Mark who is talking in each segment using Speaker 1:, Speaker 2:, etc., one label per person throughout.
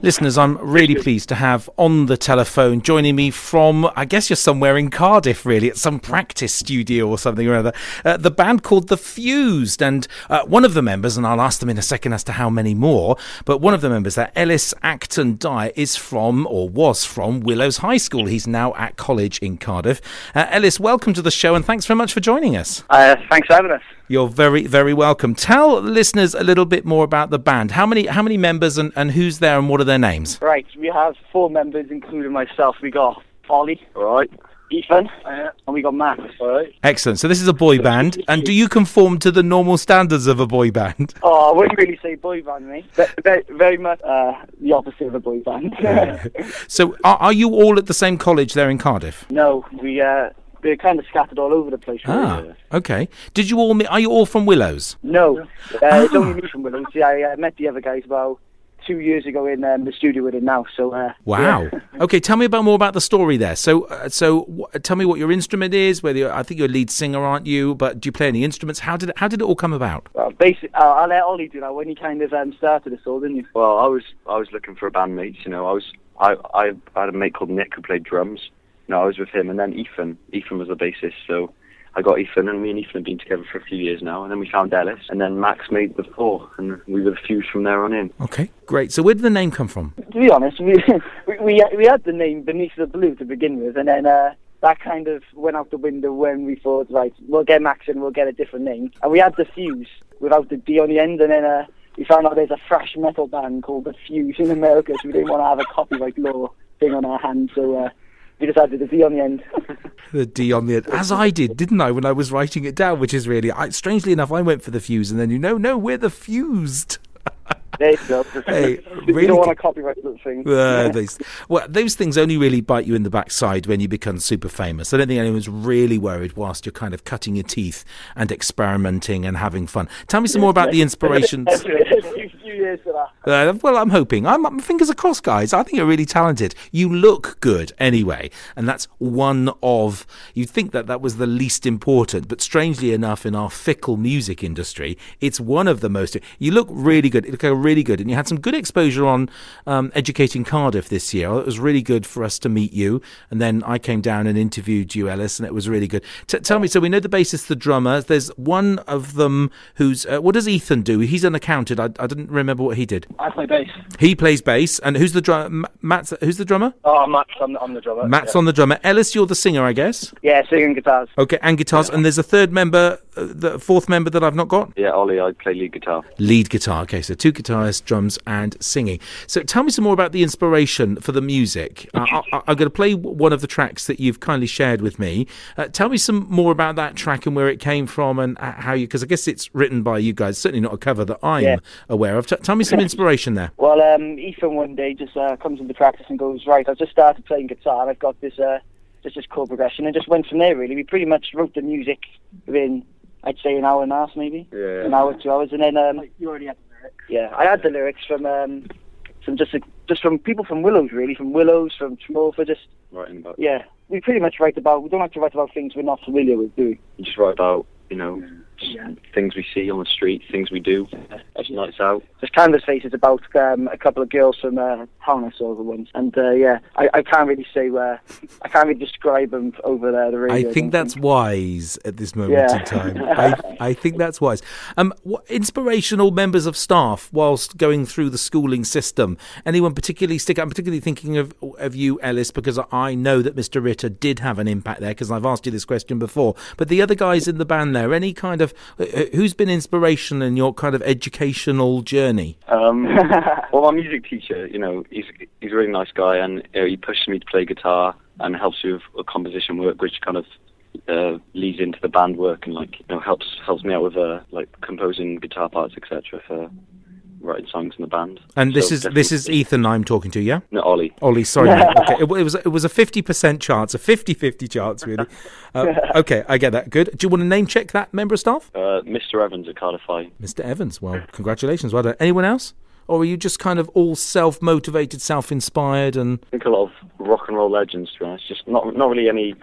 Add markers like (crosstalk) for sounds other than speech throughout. Speaker 1: Listeners, I'm really pleased to have on the telephone joining me from, I guess you're somewhere in Cardiff, really, at some practice studio or something or other, uh, the band called The Fused. And uh, one of the members, and I'll ask them in a second as to how many more, but one of the members there, Ellis Acton Dye, is from or was from Willows High School. He's now at college in Cardiff. Uh, Ellis, welcome to the show and thanks very much for joining us.
Speaker 2: Uh, thanks for having us.
Speaker 1: You're very, very welcome. Tell listeners a little bit more about the band. How many, how many members, and, and who's there, and what are their names?
Speaker 2: Right, we have four members, including myself. We got Ollie,
Speaker 3: Right.
Speaker 2: Ethan, and we got Max.
Speaker 3: Right.
Speaker 1: Excellent. So this is a boy band, and do you conform to the normal standards of a boy band? (laughs)
Speaker 2: Oh, I wouldn't really say boy band, mate. Very, very much uh, the opposite of a boy
Speaker 3: (laughs)
Speaker 2: band. (laughs)
Speaker 1: So are, are you all at the same college there in Cardiff?
Speaker 2: no, we uh, we're kind of scattered all over the place. Really.
Speaker 3: Ah.
Speaker 1: Ah, okay. Did you all meet? Are you all from Willows?
Speaker 2: No, uh, it's only me from Willows. Yeah, I uh, met the other guys about two years ago in um, the studio with him now. So uh,
Speaker 1: Wow. (laughs) Okay. Tell me about more about the story there. So, uh, so wh- tell me what your instrument is. Whether you're, I think you're a lead singer, aren't you? But do you play any instruments? How did it, how did it all come about?
Speaker 2: Well, basic. Uh, I'll let Ollie do that when he kind of um, started us all, didn't you?
Speaker 3: Well, I was I was looking for a bandmate. You know, I was I, I I had a mate called Nick who played drums. You know, I was with him, and then Ethan. Ethan was the bassist, so I got Ethan, and me and Ethan have been together for a few years now. And then we found Ellis, and then Max made the four, and we were the fuse from there on in.
Speaker 1: Okay. Great. So where did the name come from?
Speaker 2: to be honest, we (laughs) we we, we had the name Beneath the Blue to begin with, and then uh, that kind of went out the window when we thought, right, we'll get Max and we'll get a different name. And we had the Fuse without the D on the end, and then uh, we found out there's a thrash metal band called the Fuse in America, so we didn't want to have a copyright law thing on our hands, so. Uh, we decided the D on the end.
Speaker 1: the D on the end, as I did, didn't I, when I was writing it down? Which is really, I, strangely enough, I went for the fuse, and then you know, no, we're the fused.
Speaker 2: (laughs) there you go.
Speaker 1: Hey,
Speaker 2: (laughs) we
Speaker 1: really
Speaker 2: don't want to copyright little thing.
Speaker 1: (laughs)
Speaker 2: (laughs)
Speaker 1: Uh, these, well, those things only really bite you in the backside when you become super famous. I don't think anyone's really worried whilst you're kind of cutting your teeth and experimenting and having fun. Tell me some more about the inspirations.
Speaker 2: (laughs) few, few years for that.
Speaker 1: Uh, well, I'm hoping. I'm my fingers are crossed, guys. I think you're really talented. You look good anyway, and that's one of. You'd think that that was the least important, but strangely enough, in our fickle music industry, it's one of the most. You look really good. You look really good, and you had some good exposure on um, educating Cardiff this year. It was really good for us to meet you, and then I came down and interviewed you, Ellis, and it was really good. T- tell me, so we know the bassist, the drummer. There's one of them who's. Uh, what does Ethan do? He's an accountant. I, I didn't remember what he did.
Speaker 2: I play bass.
Speaker 1: He plays bass, and who's the drum? Matt's who's the drummer?
Speaker 2: Oh, Max, I'm, I'm the drummer.
Speaker 1: Matt's on the drummer. Ellis, you're the singer, I guess.
Speaker 2: Yeah, singing guitars.
Speaker 1: Okay, and guitars, and there's a third member, uh, the fourth member that I've not got.
Speaker 3: Yeah, Ollie, I play lead guitar.
Speaker 1: Lead guitar. Okay, so two guitarists, drums, and singing. So tell me some more about the inspiration for the music. Uh, I, I, I'm going to play w- one of the tracks that you've kindly shared with me. Uh, tell me some more about that track and where it came from, and uh, how you. Because I guess it's written by you guys. Certainly not a cover that I'm
Speaker 2: Yeah.
Speaker 1: aware of. T- tell me some inspiration there.
Speaker 2: Well, um, Ethan one day just uh, comes into practice and goes, right, I've just started playing guitar. and I've got this uh, just this chord progression and just went from there, really. We pretty much wrote the music within, I'd say, an hour and a half, maybe.
Speaker 3: Yeah.
Speaker 2: An hour, two hours. And then, um,
Speaker 4: You already had the lyrics.
Speaker 2: yeah, I had the lyrics from um, from just just from people from Willows, really, from Willows, from Tremorfa, just,
Speaker 3: Writing about
Speaker 2: yeah. We pretty much write about, we don't have to write about things we're not familiar with, do we?
Speaker 3: you just write about you know just
Speaker 4: Yeah.
Speaker 3: things we see on the street, things we do, nights out.
Speaker 2: Just Canvas Face is about um, a couple of girls from uh, town I saw the once, and uh, yeah, I, I can't really say where, I can't really describe them over there. The radio.
Speaker 1: I
Speaker 2: don't
Speaker 1: think that's wise at this moment
Speaker 2: Yeah.
Speaker 1: in time. I, I think that's wise. Um, what, inspirational members of staff whilst going through the schooling system. Anyone particularly stick? I'm particularly thinking of of you, Ellis, because I know that Mr. Ritter did have an impact there because I've asked you this question before. But the other guys in the band there, any kind of uh, uh, who's been inspirational in your kind of educational journey?
Speaker 3: Um, well, my music teacher, you know, he's he's a really nice guy, and you know, he pushes me to play guitar and helps me with uh, composition work, which kind of uh, leads into the band work and like you know helps helps me out with uh, like composing guitar parts, etc. For writing songs in the band.
Speaker 1: And this
Speaker 3: So
Speaker 1: is this
Speaker 3: definitely-
Speaker 1: is Ethan I'm talking to, yeah.
Speaker 3: no Ollie.
Speaker 1: Ollie, sorry. mate. okay. it, w- it was it was a fifty percent chance, a 50-50 chance, really. Uh, okay, I get that. Good. Do you want to name check that member of staff,
Speaker 3: Uh, Mr. Evans at Cardiff High.
Speaker 1: Mr. Evans? Well, congratulations. Well done. Anyone else, or are you just kind of all self motivated, self inspired, and
Speaker 3: I think a lot of rock and roll legends, to be honest. Just not not really any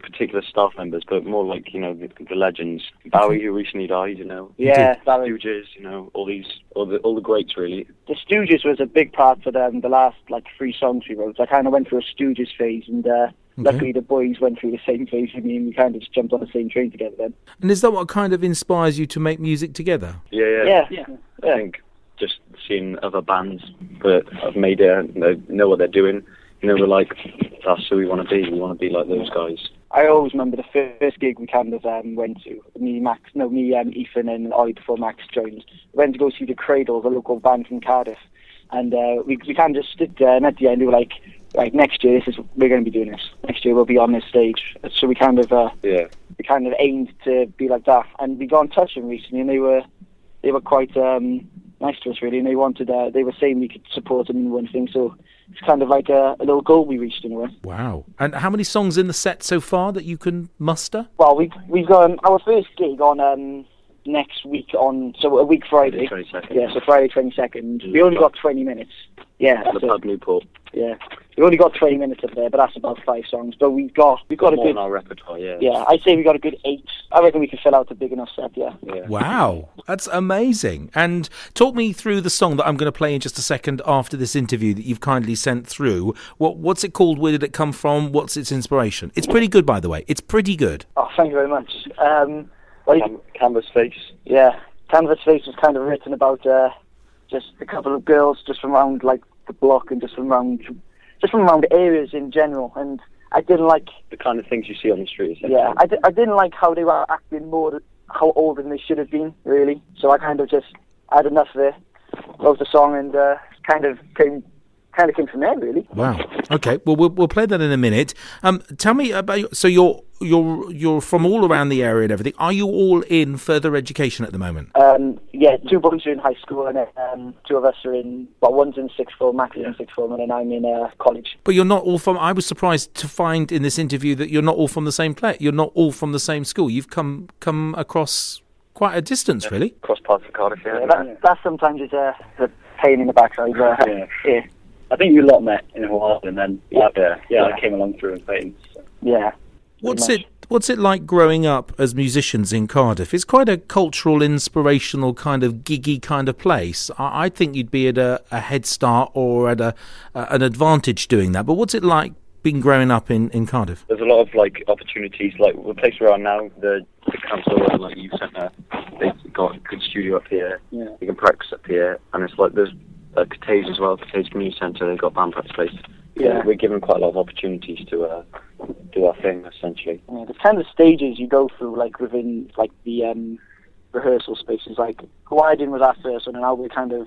Speaker 3: particular staff members, but more like you know the, the legends, Bowie who recently died, you know,
Speaker 2: Yeah, that was,
Speaker 3: Stooges, you know, all these, all the all the greats really.
Speaker 2: the Stooges was a big part for them. The last like three songs we wrote, I kind of went through a Stooges phase, and uh, luckily the boys went through the same phase with me, and we kind of just jumped on the same train together then.
Speaker 1: And is that what kind of inspires you to make music together?
Speaker 3: Yeah, yeah.
Speaker 2: Yeah, yeah.
Speaker 3: I think just seeing other bands that have made it, and they know what they're doing. You know, we're like, that's who we want to be. We want to be like those guys.
Speaker 2: I always remember the fir- first gig we kind of um, went to. Me, Max, no, me, um, Ethan, and Ollie before Max joined. We went to go see the Cradle, the local band from Cardiff, and uh, we we kind of just stood there. And at the end, we were like, "Right, next year, this is we're going to be doing this. Next year, we'll be on this stage." So we kind of uh,
Speaker 3: Yeah,
Speaker 2: we kind of aimed to be like that. And we got in touch with them recently, and they were they were quite um, nice to us really, and they wanted uh, they were saying we could support them in one thing. So it's kind of like a, a little goal we reached in a way.
Speaker 1: Wow. And how many songs in the set so far that you can muster?
Speaker 2: Well, we've we've got um, our first gig on um, next week on so a week Friday.
Speaker 3: Friday 22nd.
Speaker 2: Yeah, so Friday twenty second. We only got twenty minutes. Yeah,
Speaker 3: the
Speaker 2: that's it.
Speaker 3: pub Newport.
Speaker 2: Yeah, we only got twenty minutes up there, but that's about five songs. But we've got we've got a
Speaker 3: More in
Speaker 2: good
Speaker 3: our repertoire. Yeah.
Speaker 2: yeah. I'd say we got a good eight. I reckon we can fill out a big enough set. Yeah.
Speaker 3: Yeah.
Speaker 1: Wow, that's amazing. And talk me through the song that I'm going to play in just a second after this interview that you've kindly sent through. What, what's it called? Where did it come from? What's its inspiration? It's pretty good, by the way. It's pretty good.
Speaker 2: Oh, thank you very much. Um, well, you-
Speaker 3: Cam- canvas face.
Speaker 2: yeah, Canvas Face was kind of written about uh, just a couple of girls just from around like the block and just from around just from around areas in general. And I didn't like
Speaker 3: The kind of things you see on the street. essentially.
Speaker 2: yeah, I, di- I didn't like how they were acting more how old than they should have been, really. So I kind of just had enough of it, wrote the song, and uh, kind of came kind of came from there, really.
Speaker 1: Wow. Okay. Well, we'll, we'll play that in a minute. Um, tell me about your, so you're you're you're from all around the area and everything. Are you all in further education at the moment?
Speaker 2: Um, yeah, two boys are in high school, and um, two of us are in well, one's in sixth form, Max is in sixth form, and then I'm in uh, college.
Speaker 1: But you're not all from. I was surprised to find in this interview that you're not all from the same place. You're not all from the same school. You've come come across quite a distance, really.
Speaker 3: Cross paths of Cardiff. Yeah.
Speaker 2: Yeah, that, that sometimes is a, is a pain in the backside. Uh,
Speaker 4: Yeah.
Speaker 2: yeah,
Speaker 4: I think you lot met in Hawaii and then yeah, yeah,
Speaker 2: Yeah.
Speaker 4: I came along through and played. So.
Speaker 2: yeah.
Speaker 1: What's
Speaker 2: much.
Speaker 1: it What's it like growing up as musicians in Cardiff? It's quite a cultural, inspirational kind of giggy kind of place. I, I think you'd be at a, a head start or at a, a an advantage doing that. But what's it like being growing up in, in Cardiff?
Speaker 3: There's a lot of like opportunities. Like the place we're on now, the, the council and like youth centre, they've got a good studio up here.
Speaker 4: Yeah.
Speaker 3: You can practice up here, and it's like there's uh, Catays as well, Catays Community Centre. They've got band practice place.
Speaker 2: Yeah.
Speaker 3: we're given quite a lot of opportunities to uh, do our thing essentially.
Speaker 2: Yeah, the kind of stages you go through, like within like the um, rehearsal spaces, like Hawaii was our first one, and now we're kind of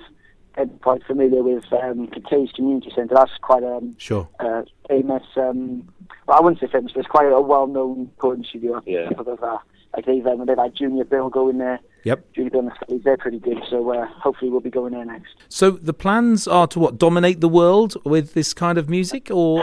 Speaker 2: getting quite familiar with um, Catays Community Centre. That's quite um,
Speaker 1: Sure.
Speaker 2: uh, famous. Um, well, I wouldn't say famous, but it's quite a well-known recording studio.
Speaker 3: Yeah.
Speaker 2: Because of that. Like they've um, they've had Junior Bill go in there.
Speaker 1: Yep.
Speaker 2: Junior Bill and the Scullies, they're pretty good. So uh, hopefully we'll be going there next.
Speaker 1: So the plans are to what dominate the world with this kind of music, or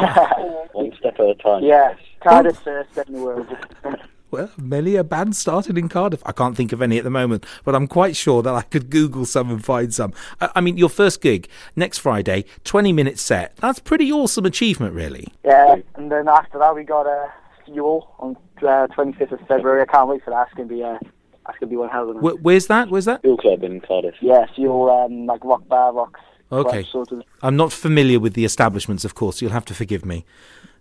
Speaker 3: One step at a time.
Speaker 2: Yeah, Cardiff's first in the world. (laughs)
Speaker 1: well, many a band started in Cardiff. I can't think of any at the moment, but I'm quite sure that I could Google some and find some. I, I mean, your first gig next Friday, 20 minute set. That's pretty awesome achievement, really.
Speaker 2: yeah, and then after that we got a fuel on twenty fifth of February. I can't wait for that. It's gonna be uh, that's gonna be one hell of a night.
Speaker 1: Where, where's that? Where's that?
Speaker 3: School club in Cardiff.
Speaker 2: Yeah, fuel um, like rock bar, rock. club
Speaker 1: Okay.
Speaker 2: Sort of.
Speaker 1: I'm not familiar with the establishments, of course. You'll have to forgive me.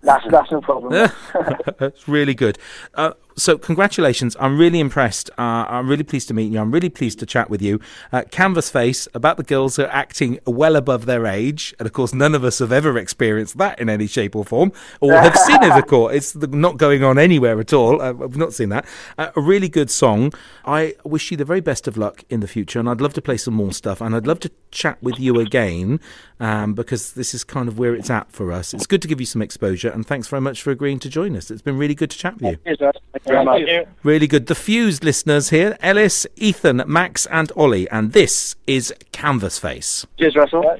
Speaker 2: That's that's no problem.
Speaker 1: it's really good. Uh, so, congratulations. I'm really impressed. Uh, I'm really pleased to meet you. I'm really pleased to chat with you. Uh, Canvas Face, about the girls who are acting well above their age. And of course, none of us have ever experienced that in any shape or form, or have seen it, of course. It's the, not going on anywhere at all. Uh, I've not seen that. Uh, a really good song. I wish you the very best of luck in the future. And I'd love to play some more stuff. And I'd love to chat with you again um, because this is kind of where it's at for us. It's good to give you some exposure. And thanks very much for agreeing to join us. It's been really good to chat with you.
Speaker 2: Cheers, guys. Thank you very much.
Speaker 1: Really good. The fused listeners here Ellis, Ethan, Max, and Ollie. And this is Canvas Face.
Speaker 2: Cheers, Russell.